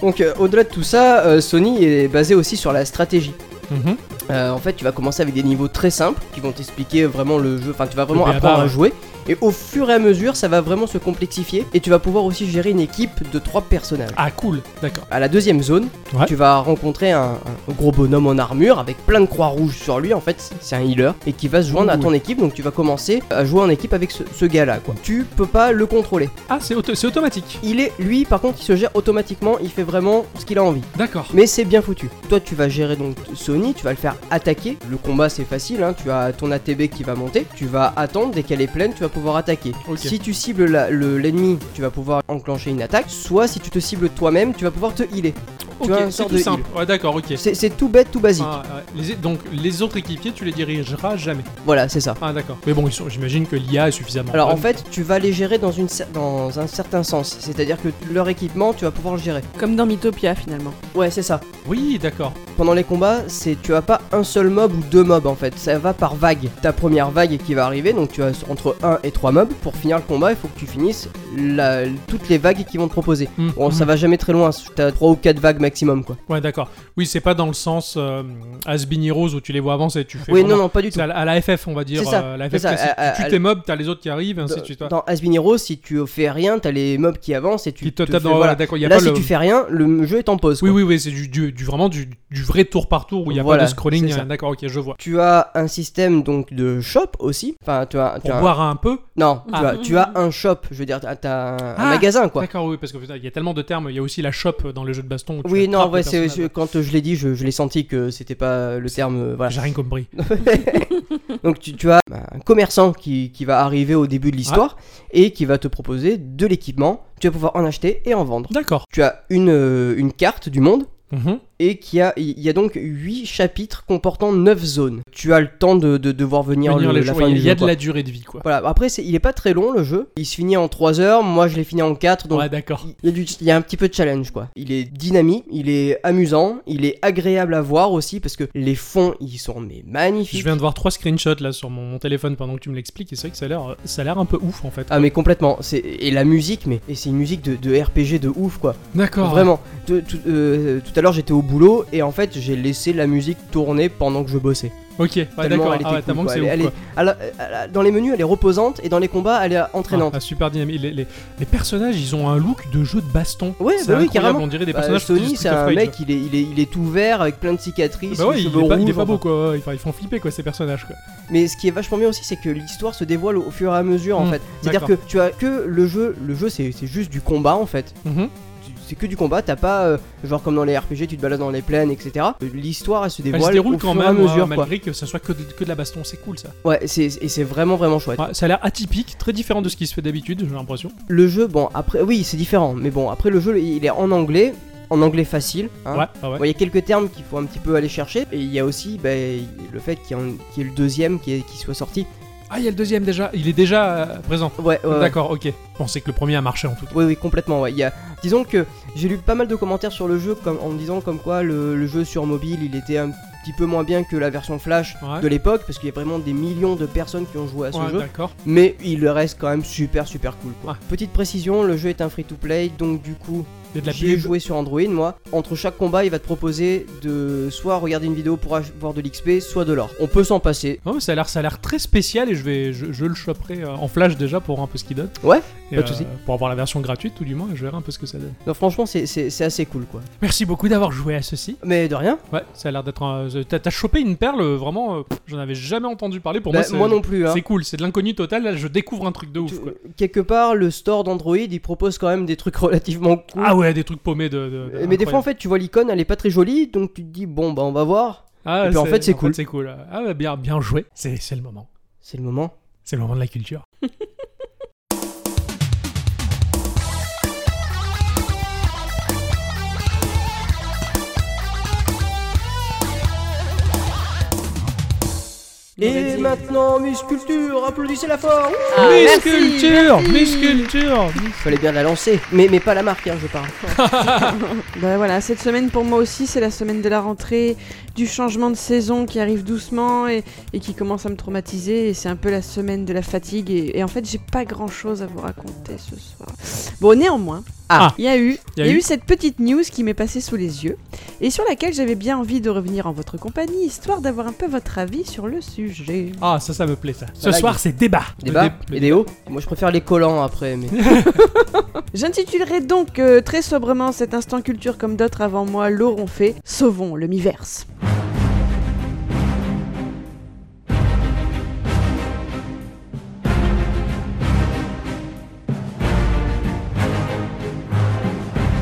E: Donc, euh, au-delà de tout ça, euh, Sony est basé aussi sur la stratégie.
F: Mhm.
E: Euh, en fait, tu vas commencer avec des niveaux très simples qui vont t'expliquer vraiment le jeu. Enfin, tu vas vraiment
F: Le
E: apprendre
F: B.A.B.A.,
E: à jouer. Et au fur et à mesure, ça va vraiment se complexifier. Et tu vas pouvoir aussi gérer une équipe de trois personnages.
F: Ah, cool, d'accord.
E: À la deuxième zone,
F: Ouais.
E: tu vas rencontrer un, un gros bonhomme en armure avec plein de croix rouges sur lui. En fait, c'est un healer et qui va se joindre à
F: Ouh.
E: ton équipe. Donc, tu vas commencer à jouer en équipe avec ce, ce gars-là. quoi. Tu peux pas le contrôler.
F: Ah, c'est auto- c'est automatique.
E: Il est, lui, par contre, il se gère automatiquement, il fait vraiment ce qu'il a envie.
F: D'accord.
E: Mais c'est bien foutu. Toi, tu vas gérer donc Sony, tu vas le faire attaquer. Le combat, c'est facile, hein, tu as ton ATB qui va monter, tu vas attendre, dès qu'elle est pleine, tu vas pouvoir attaquer.
F: Ok.
E: Si tu cibles la- le- l'ennemi, tu vas pouvoir enclencher une attaque, soit si tu te cibles toi-même, tu vas pouvoir te healer. Tu
F: Ok,
E: vois, une
F: c'est
E: sorte
F: tout
E: de
F: simple. Ouais, d'accord, ok.
E: C'est c'est tout bête, tout basique.
F: Ah, ouais. Les- donc les autres équipiers, tu les dirigeras jamais.
E: Voilà, c'est ça.
F: Ah d'accord. Mais bon, ils sont- j'imagine que l'IA est suffisamment.
E: Alors en
F: bonne.
E: fait, tu vas les gérer dans, une, cer- dans un certain sens. C'est-à-dire que leur équipement, tu vas pouvoir le gérer.
G: Comme dans Mythopia finalement.
E: Ouais, c'est ça.
F: oui, d'accord.
E: Pendant les combats, c'est tu as pas un seul mob ou deux mobs en fait, ça va par vague. Ta première vague qui va arriver, donc tu as entre 1 et 3 mobs. Pour finir le combat, il faut que tu finisses la- toutes les vagues qui vont te proposer.
F: Hmm,
E: Bon, Oh, ça
F: hmm.
E: va jamais très loin, t'as 3 ou 4 vagues maximum quoi.
F: Ouais, d'accord. Oui, c'est pas dans le sens euh, Asbin Heroes où tu les vois avancer, tu fais.
E: Oui,
F: vraiment-
E: non, non, pas du
F: C'est
E: tout.
F: à, la- à la FF, on va dire.
E: C'est ça,
F: euh, la
E: c'est
F: FF,
E: ça,
F: classique.
E: à- à-
F: tu
E: à-
F: tues tes mobs, t'as les autres qui arrivent, ainsi de suite. hein. ouais.
E: Dans Asbin Heroes, si tu fais rien, t'as les mobs qui avancent et tu
F: Qui te
E: te
F: tapent
E: fais-
F: dans. ouais,
E: voilà.
F: D'accord, il y a
E: Là,
F: pas
E: si
F: le.
E: tu fais rien, le jeu est en pause.
F: Oui,
E: quoi.
F: oui, oui, c'est du, du, du- vraiment du, du vrai tour par tour où il y a
E: Voilà,
F: pas de scrolling.
E: c'est ça.
F: euh, D'accord, ok, je vois.
E: Tu as un système donc de shop aussi. Enfin, tu as, tu
F: Pour
E: as un-
F: boire un peu.
E: non,
G: Ah.
E: tu, as, tu as un shop. Je veux dire, t'as t'as un, un
F: Ah,
E: magasin quoi.
F: D'accord, oui, parce que putain, il y a tellement de termes. Il y a aussi la chope dans le jeu de baston. où tu
E: Oui, non,
F: attrapes
E: ouais,
F: le
E: c'est
F: personnage.
E: c'est- quand euh, je l'ai dit, je, je l'ai senti que c'était pas le terme. euh, Voilà.
F: J'ai rien compris. Mhm.
E: Donc tu, tu as bah, un commerçant qui, qui va arriver au début de l'histoire et qui va te proposer de l'équipement. Tu vas pouvoir en acheter et en vendre.
F: D'accord.
E: Tu as une, euh, une carte du monde.
F: Mhm.
E: Et qui a, il y a donc 8 chapitres comportant 9 zones. Tu as le temps de, de, de voir venir,
F: Venir
E: le-
F: les
E: la
F: jours,
E: fin
F: il y a-
E: du
F: il y a
E: jeu,
F: de
E: quoi.
F: la durée de vie, quoi.
E: Voilà, après, c'est- il est pas très long le jeu. Il se finit en 3 heures. Moi, je l'ai fini en 4. Donc,
F: Ouais, d'accord.
E: il y, a du- il y a un petit peu de challenge quoi. Il est dynamique, il est amusant, il est agréable à voir aussi parce que les fonds ils sont mais magnifiques.
F: Je viens de voir trois screenshots là sur mon, mon téléphone pendant que tu me l'expliques et c'est vrai que ça a l'air, euh, ça a l'air un peu ouf en fait.
E: Ah mais complètement. C'est et la musique mais et c'est une musique de, de RPG de ouf quoi.
F: D'accord.
E: Vraiment. Tout- tout- euh, tout à l'heure j'étais au boulot et en fait j'ai laissé la musique tourner pendant que je bossais.
F: Ok. Ouais,
E: Tellement
F: d'accord.
E: elle était
F: Ah ouais,
E: cool,
F: tellement que
E: quoi.
F: c'est
E: Elle- elle
F: ouf. quoi.
E: est- à la- à la- dans les menus elle est reposante et dans les combats elle est entraînante.
F: Ah, super dynamique. Les, les- les personnages, ils ont un look de jeu de baston.
E: Ouais,
F: C'est
E: bah oui,
F: incroyable,
E: carrément.
F: On dirait des
E: Bah,
F: personnages. du
E: Sony
F: Street
E: c'est
F: of
E: un
F: Rage.
E: mec il est, il est il est tout vert avec plein de cicatrices,
F: Bah ouais,
E: les
F: il
E: cheveux
F: est, pas, il est
E: rouges,
F: pas beau
E: enfin.
F: quoi. Ouais, Enfin, ils font flipper quoi ces personnages quoi.
E: Mais ce qui est vachement bien aussi, c'est que l'histoire se dévoile au fur et à mesure en
F: Mm,
E: fait. C'est-à-dire que
F: d'accord.
E: tu as que le jeu, le jeu c'est c'est juste du combat en fait.
F: Mhm.
E: Tu- C'est que du combat, t'as pas euh, genre comme dans les RPG, tu te balades dans les plaines, etc. L'histoire elle se
F: Elle
E: dévoile
F: se déroule
E: au
F: quand
E: fur et à
F: même, ouais,
E: mesure quoi.
F: malgré que ça soit que de, que de la baston, c'est cool ça.
E: Ouais, c'est- et c'est vraiment vraiment chouette.
F: Ouais, ça a l'air atypique, très différent de ce qui se fait d'habitude, j'ai l'impression.
E: Le jeu, bon après, oui c'est différent, mais bon après le jeu il est en anglais, en anglais facile. hein.
F: ouais, ah ouais.
E: Bon, il y a quelques termes qu'il faut un petit peu aller chercher, et il y a aussi bah, le fait qu'il y, en- qu'il y ait le deuxième qui, est- qui soit sorti.
F: Ah, il y a le deuxième déjà. Il est déjà euh, présent.
E: Ouais, ouais, ouais.
F: D'accord, ok. Pensez que le premier a marché en tout cas.
E: Oui, oui, complètement. Ouais. Il y a... Disons que j'ai lu pas mal de commentaires sur le jeu comme... en me disant comme quoi le... le jeu sur mobile il était un petit peu moins bien que la version flash
F: Ouais.
E: de l'époque parce qu'il y a vraiment des millions de personnes qui ont joué à ce
F: Ouais,
E: jeu,
F: d'accord.
E: mais il reste quand même super super cool. quoi.
F: Ouais.
E: Petite précision, le jeu est un free to play donc du coup
F: Il y a de la
E: j'ai
F: pub.
E: joué sur Android moi. Entre chaque combat il va te proposer de soit regarder une vidéo pour avoir de l'XP, soit de l'or. On peut s'en passer.
F: Non, mais ça a l'air, ça a l'air très spécial et je vais, je, je le choperai euh, en flash déjà pour voir un peu ce qu'il donne.
E: Ouais,
F: Et, euh,
E: pas de souci.
F: Pour avoir la version gratuite, tout du moins, et je verrai un peu ce que ça donne.
E: Non franchement c'est- c'est c'est assez cool quoi.
F: Merci beaucoup d'avoir joué à ceci.
E: Mais de rien.
F: Ouais, ça a l'air d'être. un- euh, T'as, t'as chopé une perle, euh, vraiment. euh, pff, J'en avais jamais entendu parler. Pour
E: Bah,
F: moi, c'est,
E: non plus. Hein.
F: c'est cool. C'est de l'inconnu total. Là, je découvre un truc de ouf.
E: Tu- euh,
F: quoi.
E: quelque part, le store d'Android, il propose quand même des trucs relativement cool.
F: Ah ouais, des trucs paumés de. de-
E: mais
F: de-
E: des
F: incroyable.
E: fois, en fait, tu vois l'icône, elle est pas très jolie, donc tu te dis, bon, bah, on va voir.
F: Ah,
E: et puis en fait, c'est cool.
F: c'est cool. Ah ouais, bien, bien joué. C'est, c'est le moment.
E: C'est le moment.
F: C'est le moment de la culture.
E: Et maintenant, Musculture, applaudissez la forme
G: Ah,
F: Miss
G: merci,
F: Culture
G: merci.
F: Miss Culture
E: Fallait bien la lancer, mais, mais pas la marque, hein, je parle.
G: Bah voilà, cette semaine pour moi aussi, c'est la semaine de la rentrée, du changement de saison qui arrive doucement et, et qui commence à me traumatiser. Et c'est un peu la semaine de la fatigue. Et, et en fait, j'ai pas grand chose à vous raconter ce soir. Bon, néanmoins,
F: Ah.
G: il y a eu, il y a eu cette petite news qui m'est passée sous les yeux et sur laquelle j'avais bien envie de revenir en votre compagnie, histoire d'avoir un peu votre avis sur le sujet.
F: Ah, ça, ça me plaît, ça. Ce
E: Voilà,
F: soir, c'est débat.
E: Des
F: Le
E: bas
F: dé-
E: et des hauts. Moi, je préfère les collants après, mais.
G: J'intitulerai donc euh, très sobrement cet instant culture comme d'autres avant moi l'auront fait. Sauvons le miverse.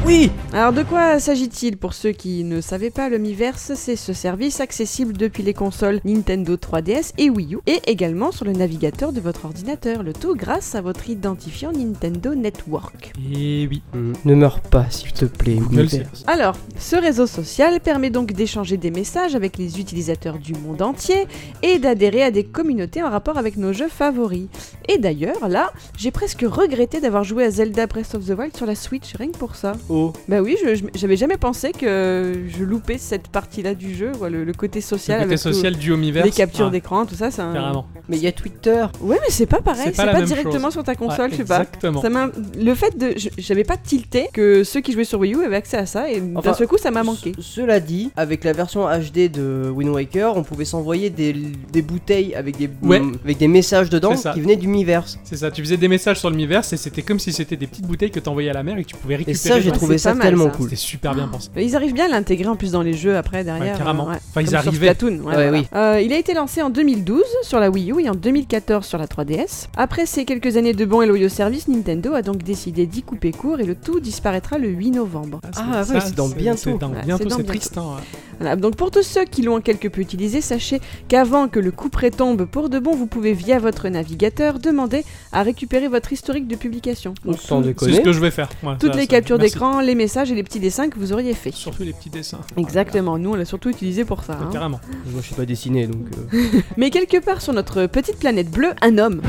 E: Oui
G: Alors de quoi s'agit-il Pour ceux qui ne savaient pas, le Miiverse, c'est ce service accessible depuis les consoles Nintendo 3DS et Wii U, et également sur le navigateur de votre ordinateur, le tout grâce à votre identifiant Nintendo Network.
F: Et Eh oui.
E: Mm. Ne meurs pas, s'il te plaît,
F: Google,
E: Miiverse.
F: c'est-
G: Alors, ce réseau social permet donc d'échanger des messages avec les utilisateurs du monde entier et d'adhérer à des communautés en rapport avec nos jeux favoris. Et d'ailleurs, là, j'ai presque regretté d'avoir joué à Zelda Breath of the Wild sur la Switch, rien que pour ça.
E: Oh.
G: Bah oui, je- je- j'avais jamais pensé que je loupais cette partie-là du jeu, quoi, le, le côté social
F: le côté
G: avec
F: social du
G: tout-
F: Homiverse.
G: les captures
F: Ah,
G: d'écran, tout ça, c'est un...
F: Carrément.
E: Mais il y a Twitter.
G: Ouais, mais c'est pas pareil,
F: C'est
G: c'est
F: pas la
G: pas,
F: même
G: directement
F: chose.
G: sur ta
F: Ouais,
G: console, tu vois.
F: exactement.
G: Ça m'a- le fait de. je- J'avais pas tilté que ceux qui jouaient sur Wii U avaient accès à ça, et
E: Enfin,
G: d'un seul coup, ça m'a manqué.
E: Ce- Cela dit, avec la version HD de Wind Waker, on pouvait s'envoyer des, des bouteilles avec des,
F: Ouais.
E: mm, avec des messages dedans
F: C'est ça.
E: qui venaient du Miiverse.
F: C'est ça, tu faisais des messages sur le Miiverse et c'était comme si c'était des petites bouteilles que t'envoyais à la mer et que tu pouvais
E: Et
F: récupérer.
E: ça, j'ai
F: dans-
G: ouais,
E: trouvé
G: c'est
E: ça
G: pas mal,
E: tellement
G: ça.
E: cool.
F: C'était super bien pensé.
G: Mais ils arrivent bien à l'intégrer en plus dans les jeux après, derrière.
F: Ouais, carrément.
G: euh,
F: Enfin, ils
G: Comme sur
F: arrivaient.
G: Splatoon, ouais,
E: Ouais,
G: voilà.
E: oui.
G: Euh, il a été lancé en 2012 sur la Wii U et en 2014 sur la 3DS. Après ces quelques années de bons et loyaux services, Nintendo a donc décidé d'y couper court et le tout disparaîtra le 8 novembre.
E: Ah, ouais, c'est dans bientôt.
F: C'est dans
G: Ouais, c'est
F: bientôt,
G: dans
F: c'est
G: bientôt.
F: triste. hein, ouais.
G: Voilà, donc pour tous ceux qui l'ont quelque peu utilisé, sachez qu'avant que le coup près tombe pour de bon, vous pouvez via votre navigateur demander à récupérer votre historique de publication.
E: Donc, sans
F: C'est ce
E: déconner.
F: que je vais faire. Ouais,
G: Toutes
F: ça,
G: les
F: ça-
G: captures
F: merci.
G: d'écran, les messages et les petits dessins que vous auriez faits.
F: Surtout les petits dessins.
G: Exactement, nous on l'a surtout utilisé pour ça.
F: Ouais,
G: hein.
F: Carrément.
E: Moi, je suis pas dessiné, donc. euh,
G: Mais quelque part sur notre petite planète bleue, un homme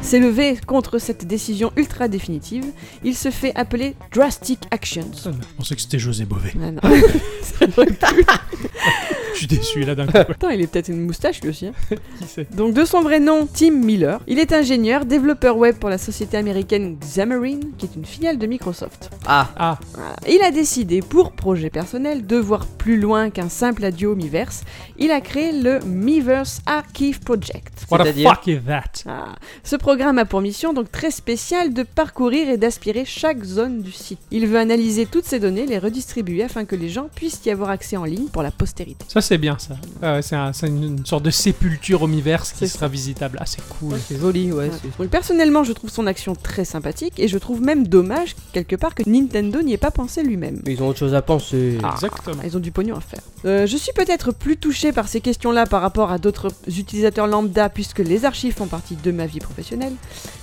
G: s'est levé contre cette décision ultra définitive. Il se fait appeler Drastic Actions.
F: Je pensais que c'était José Bové.
G: Ah non. Ça aurait pu.
F: Je suis déçu là d'un coup.
G: Attends, il est peut-être une moustache lui aussi. hein.
F: Qui sait
G: Donc de son vrai nom, Tim Miller, il est ingénieur, développeur web pour la société américaine Xamarin, qui est une filiale de Microsoft.
E: Ah,
F: Ah,
G: Voilà. Il a décidé, pour projet personnel, de voir plus loin qu'un simple adieu au Miiverse. Il a créé le Miiverse Archive Project.
F: what the
E: C'est-à-dire
F: fuck is that
G: Ah. Ce programme a pour mission, donc très spéciale, de parcourir et d'aspirer chaque zone du site. Il veut analyser toutes ces données, les redistribuer afin que les gens puissent y avoir accès en ligne pour la postérité.
F: Ça c'est bien ça. Ah ouais, c'est un- c'est une, une sorte de sépulture Homiverse qui
G: C'est
F: sera visitable. Ah c'est cool.
E: c'est joli, ouais.
G: Ouais.
E: c'est-
G: Donc personnellement, je trouve son action très sympathique et je trouve même dommage quelque part que Nintendo n'y ait pas pensé lui-même.
E: Mais ils ont autre chose à penser.
G: Ah.
F: Exactement.
G: Ah, Ils ont du pognon à faire. Euh, je suis peut-être plus touchée par ces questions-là par rapport à d'autres utilisateurs lambda puisque les archives font partie de ma vie professionnelle.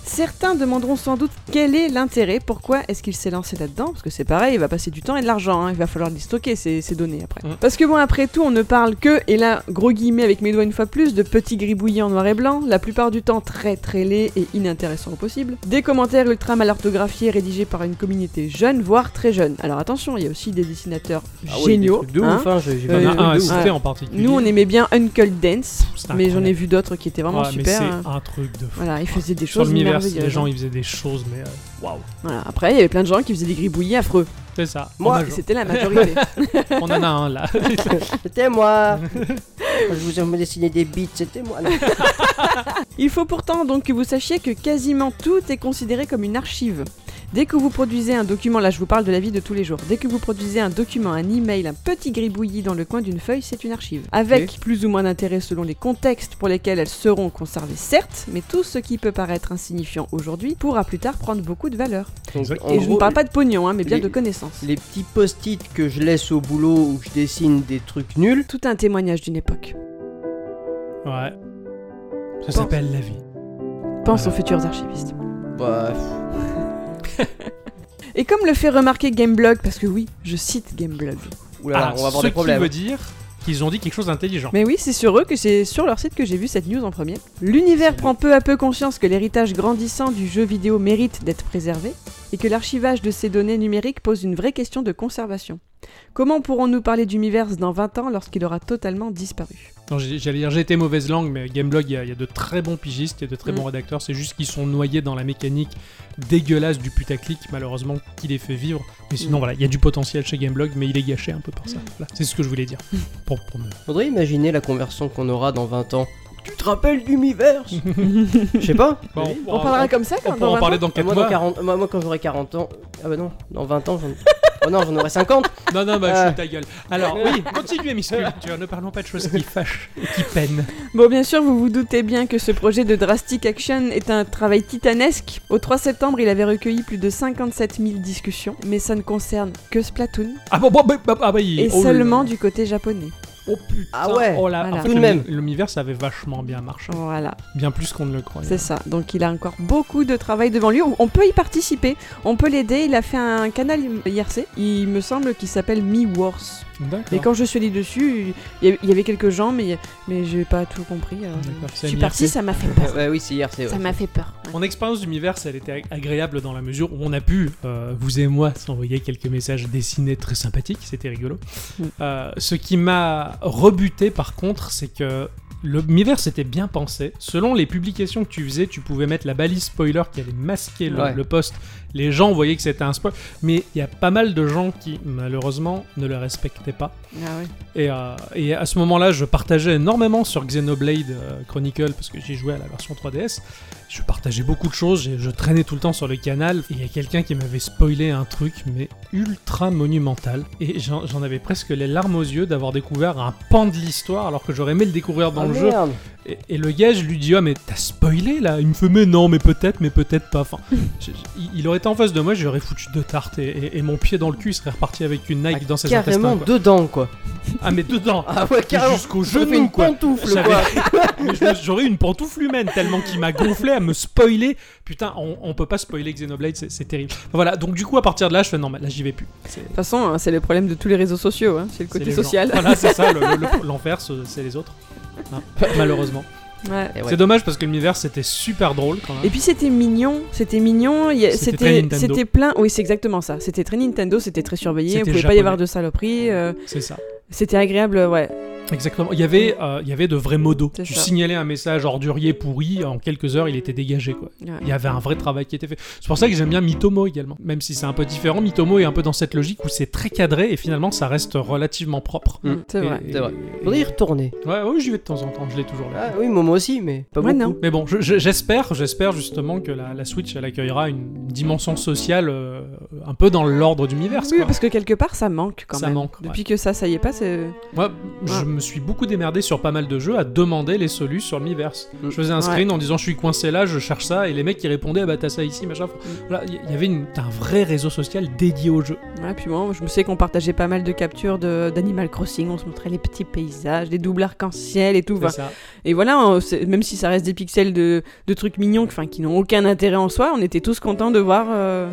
G: Certains demanderont sans doute quel est l'intérêt, pourquoi est-ce qu'il s'est lancé là-dedans, parce que c'est pareil, il va passer du temps et de l'argent, hein, il va falloir les stocker ces, ces données après.
F: Mm.
G: Parce que bon, après tout, on ne parle que, et là, gros guillemets avec mes doigts une fois plus, de petits gribouillis en noir et blanc, la plupart du temps très très laids et inintéressants au possible, des commentaires ultra mal orthographiés rédigés par une communauté jeune, voire très jeune. Alors attention, il y a aussi des dessinateurs
E: Ah ouais, des
G: géniaux.
E: trucs de
G: hein.
E: ouf, hein, j'ai j'ai
F: Il y en
E: vu des
F: a
G: Euh,
E: trucs
F: un à
E: de ouf.
F: citer
G: ouais.
F: en particulier.
G: Nous, on aimait bien Uncle Dance,
F: C'est
G: mais j'en ai
F: incroyable.
G: vu d'autres qui étaient vraiment
F: Ouais, mais
G: super.
F: c'est
G: hein.
F: un truc de fou.
G: Voilà, il faisait des
F: Sur
G: choses
F: le Miiverse,
G: merveilleuses. hein.
F: les gens ils faisaient des choses, mais euh, waouh.
G: Voilà. Après, il y avait plein de gens qui faisaient des gribouillis affreux.
F: C'est ça. On
E: Moi,
F: a-
G: Et C'était la majorité.
F: on en a un là.
E: Ah, C'était moi Je vous ai me dessiné des bits, c'était moi. Non.
G: Il faut pourtant donc que vous sachiez que quasiment tout est considéré comme une archive. Dès que vous produisez un document, là je vous parle de la vie de tous les jours, dès que vous produisez un document, un email, un petit gribouillis dans le coin d'une feuille, c'est une archive. Avec plus ou moins d'intérêt selon les contextes pour lesquels elles seront conservées, certes, mais tout ce qui peut paraître insignifiant aujourd'hui pourra plus tard prendre beaucoup de valeur.
E: Donc, en
G: Et je ne
E: gros,
G: parle pas de pognon, hein, mais bien
E: les-
G: de connaissances.
E: Les petits post-it que je laisse au boulot où je dessine des trucs nuls.
G: Tout un témoignage d'une époque.
F: Ouais. Ça s'appelle la vie.
G: Pense aux futurs archivistes.
E: Bah,
G: Et comme le fait remarquer Gameblog, parce que oui, je cite Gameblog.
E: oulala,
F: Ah,
E: on va avoir
F: ce
E: des problèmes.
F: qui veut dire qu'ils ont dit quelque chose d'intelligent.
G: Mais oui, c'est sur eux que c'est sur leur site que j'ai vu cette news en premier. L'univers prend peu à peu conscience que l'héritage grandissant du jeu vidéo mérite d'être préservé et que l'archivage de ces données numériques pose une vraie question de conservation. Comment pourrons-nous parler du d'Umiverse dans 20 ans lorsqu'il aura totalement disparu
F: Non, j'ai- J'allais dire j'ai été mauvaise langue, mais Gameblog, il y, a- il y a de très bons pigistes, il y a de très
G: Mm.
F: bons rédacteurs. C'est juste qu'ils sont noyés dans la mécanique dégueulasse du putaclic, malheureusement, qui les fait vivre. Mais sinon,
G: Mm.
F: voilà, il y a du potentiel chez Gameblog, mais il est gâché un peu par ça. Voilà, c'est ce que je voulais dire.
G: Mm.
F: Pour, pour me-
E: Faudrait imaginer la conversion qu'on aura dans 20 ans. Tu te rappelles d'Univers Je sais pas.
F: Bon,
E: Oui.
F: on,
G: On parlera comme ça
F: on
G: quand
F: pourra en parler dans
E: Ah,
F: 4
E: moi,
F: mois.
E: dans 40 moi, moi, quand j'aurai 40 ans. Ah bah non, dans 20 ans, j'en- Oh non, j'en aurais 50.
F: Non, non, bah,
G: Euh.
E: Ah.
F: je suis ta gueule. Alors, oui, continuez, Miss Culture. Ne parlons pas de choses qui fâchent et qui peinent.
G: Bon, bien sûr, vous vous doutez bien que ce projet de Drastic Action est un travail titanesque. Au 3 septembre, il avait recueilli plus de 57 000 discussions, mais ça ne concerne que Splatoon
F: Ah bon, bon, bah, bah, ah, bah, il-
G: et
F: oh, le-
G: seulement du côté japonais.
F: Oh putain.
E: Ah ouais,
F: oh là, en
G: voilà.
F: fait,
E: Tout de
F: le-
E: même.
F: L'univers, ça avait vachement bien marché.
G: Voilà,
F: Bien plus qu'on ne le croyait.
G: c'est ça. Donc il a encore beaucoup de travail devant lui. On peut y participer, on peut l'aider. Il a fait un canal IRC, il me semble, qui s'appelle Mi-Wars.
F: D'accord.
G: Et quand je suis allée dessus, il y avait- il y avait quelques gens, mais, mais j'ai pas tout compris. alors.
F: D'accord,
G: Je
F: c'est
G: suis
F: un
G: partie,
F: IRC.
G: ça m'a fait peur.
E: Ah Ouais, oui, c'est hier, c'est.
G: Ça m'a fait peur. ouais.
F: Mon expérience d'univers, elle était ag- agréable dans la mesure où on a pu, euh, vous et moi, s'envoyer quelques messages dessinés très sympathiques, c'était rigolo.
G: Mm.
F: Euh, ce qui m'a rebuté par contre, c'est que l'univers c'était bien pensé. Selon les publications que tu faisais, tu pouvais mettre la balise spoiler qui allait masquer le,
E: Ouais.
F: le poste. Les gens voyaient que c'était un spoil. Mais il y a pas mal de gens qui, malheureusement, ne le respectaient pas.
G: Ah ouais.
F: Et, euh, et à ce moment-là, je partageais énormément sur Xenoblade euh, Chronicle parce que j'ai joué à la version 3DS. Je partageais beaucoup de choses, je, je traînais tout le temps sur le canal. Et il y a quelqu'un qui m'avait spoilé un truc, mais ultra monumental. Et j'en j'en avais presque les larmes aux yeux d'avoir découvert un pan de l'histoire alors que j'aurais aimé le découvrir dans
E: Oh,
F: le jeu.
E: merde.
F: Et, et le gars, je lui dis Ah, mais t'as spoilé là Il me fait Mais non, mais peut-être, mais peut-être pas. Enfin, je- je- il- il aurait été en face de moi, j'aurais foutu deux tartes et, et- et mon pied dans le cul il serait reparti avec une Nike
E: Ah,
F: dans ses
E: Carrément
F: intestins. quoi.
E: dedans, quoi.
F: Ah, mais dedans
E: Ah ouais, carrément.
F: jusqu'au
E: Je fais
F: genou
E: une
F: quoi.
E: pantoufle,
F: J'avais-
E: quoi.
F: Mais je me- J'aurais une pantoufle humaine tellement qu'il m'a gonflé à me spoiler. Putain, on, on peut pas spoiler Xenoblade, c'est c'est terrible. Voilà, donc du coup à partir de là, je fais non, mais là j'y vais plus. C'est
G: De toute façon, hein, c'est le problème de tous les réseaux sociaux, hein, c'est le
F: c'est
G: côté
F: les gens.
G: social.
F: Voilà, c'est ça, le- le- l'enfer, ce- c'est les autres. Hein, malheureusement.
G: Ouais.
E: Et ouais.
F: C'est dommage parce que l'univers c'était super drôle quand même.
G: Et puis c'était mignon, c'était mignon, il y a-
F: C'était très
G: c'était
F: Nintendo.
G: c'était plein, oui c'est exactement ça, c'était très Nintendo, c'était très surveillé,
F: C'était
G: on pouvait pas
F: japonais.
G: y avoir de saloperies, euh,
F: C'est ça.
G: c'était agréable, ouais.
F: Exactement. Il y avait, euh, il y avait de vrais modos.
G: C'est
F: Tu
G: ça.
F: signalais un message ordurier pourri, en quelques heures il était dégagé quoi.
G: Ouais.
F: Il y avait un vrai travail qui était fait. C'est pour ça que j'aime bien Mitomo également. Même si c'est un peu différent, Mitomo est un peu dans cette logique où c'est très cadré et finalement ça reste relativement propre.
E: Mm.
G: C'est
F: Et-
G: vrai.
F: et-
E: c'est vrai.
F: et-
E: Faudrait y retourner.
F: Ouais, ouais, j'y vais de temps en temps, je l'ai toujours là.
E: Ah oui, Momo aussi, mais pas
G: Ouais,
E: beaucoup.
G: non.
F: Mais bon, je- je- j'espère, j'espère justement que la, la Switch elle accueillera une dimension sociale euh, un peu dans l'ordre d'univers.
G: Oui,
F: quoi.
G: parce que quelque part ça manque quand
F: Ça
G: même.
F: manque,
G: Depuis que ça, ça y est pas, c'est...
F: Moi, je me suis beaucoup démerdé sur pas mal de jeux à demander les solus sur l'Miiverse.
E: Mm.
F: Je faisais un screen en disant je suis coincé là, je cherche ça, et les mecs qui répondaient ah bah t'as ça ici, machin. Voilà, il y, y avait une- t'as un vrai réseau social dédié au jeu.
G: Ouais, puis moi, je me sais qu'on partageait pas mal de captures de- d'Animal Crossing, on se montrait les petits paysages, les doubles arc-en-ciel et tout.
F: C'est
G: enfin,
F: ça.
G: Et voilà, on- c'est- même si ça reste des pixels de, de trucs mignons enfin, qui n'ont aucun intérêt en soi, on était tous contents de voir... euh,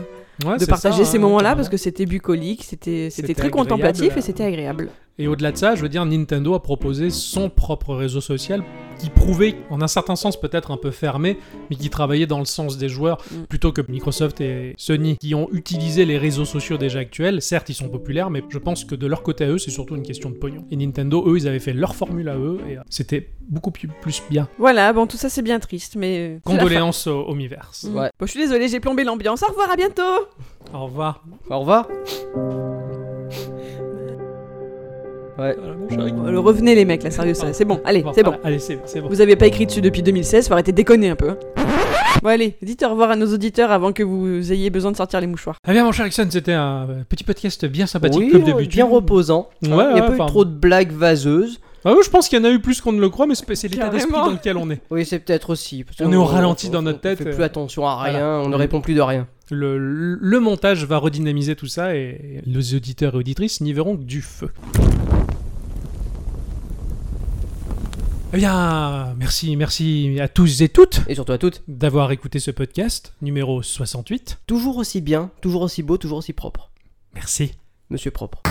F: Ouais,
G: de
F: c'est
G: partager
F: ça,
G: ces
F: hein,
G: moments-là
F: carrément.
G: parce que c'était bucolique, c'était
F: C'était
G: c'était très contemplatif
F: agréable,
G: et c'était agréable.
F: Et au-delà de ça, je veux dire, Nintendo a proposé son propre réseau social qui prouvait, en un certain sens peut-être un peu fermé, mais qui travaillait dans le sens des joueurs,
G: Mm.
F: plutôt que Microsoft et Sony, qui ont utilisé les réseaux sociaux déjà actuels. Certes, ils sont populaires, mais je pense que de leur côté à eux, c'est surtout une question de pognon. Et Nintendo, eux, ils avaient fait leur formule à eux, et euh, c'était beaucoup plus, plus bien.
G: Voilà, bon tout ça c'est bien triste, mais c'est la
F: Condoléances au Omiverse.
G: fin. Mm.
E: Ouais.
G: Bon, je suis désolée, j'ai plombé l'ambiance. Au revoir, à bientôt.
F: Au revoir.
E: Au revoir.
F: Voilà, mon chéri.
G: Bon, alors, Euh, revenez les mecs, là sérieux, ça- c'est bon.
F: Au
G: Allez,
F: revoir.
G: c'est bon.
F: Voilà, Allez, c'est c'est bon.
G: Vous avez pas écrit dessus depuis 2016, faut arrêter de déconner un peu. hein. Bon allez, dites au revoir à nos auditeurs avant que vous ayez besoin de sortir les mouchoirs.
F: Eh bien, mon cher Ixon, c'était un euh, petit podcast bien sympathique,
E: Oui,
F: comme
E: ouais,
F: d'habitude.
E: bien reposant. Il
F: Ouais,
E: n'y a
F: ouais,
E: pas
F: enfin,
E: eu trop de blagues vaseuses.
F: Ah oui, je pense qu'il y en a eu plus qu'on ne le croit, mais c'est c'est l'état d'esprit
G: Carrément.
F: dans lequel on est.
E: Oui, c'est peut-être aussi. parce
F: On est au ralenti dans notre
E: on
F: tête,
E: fait
F: euh,
E: plus attention à rien,
F: voilà.
E: on ne répond plus de rien.
F: Le, le montage va redynamiser tout ça et les auditeurs et auditrices n'y verront que du feu. Eh bien, merci, merci à tous et toutes
E: Et surtout à toutes,
F: d'avoir écouté ce podcast numéro 68.
E: toujours aussi bien, toujours aussi beau, toujours aussi propre.
F: Merci.
E: Monsieur propre.